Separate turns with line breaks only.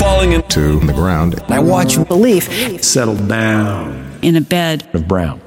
falling into the ground.
I watch
belief
Settle down.
in a bed
of brown.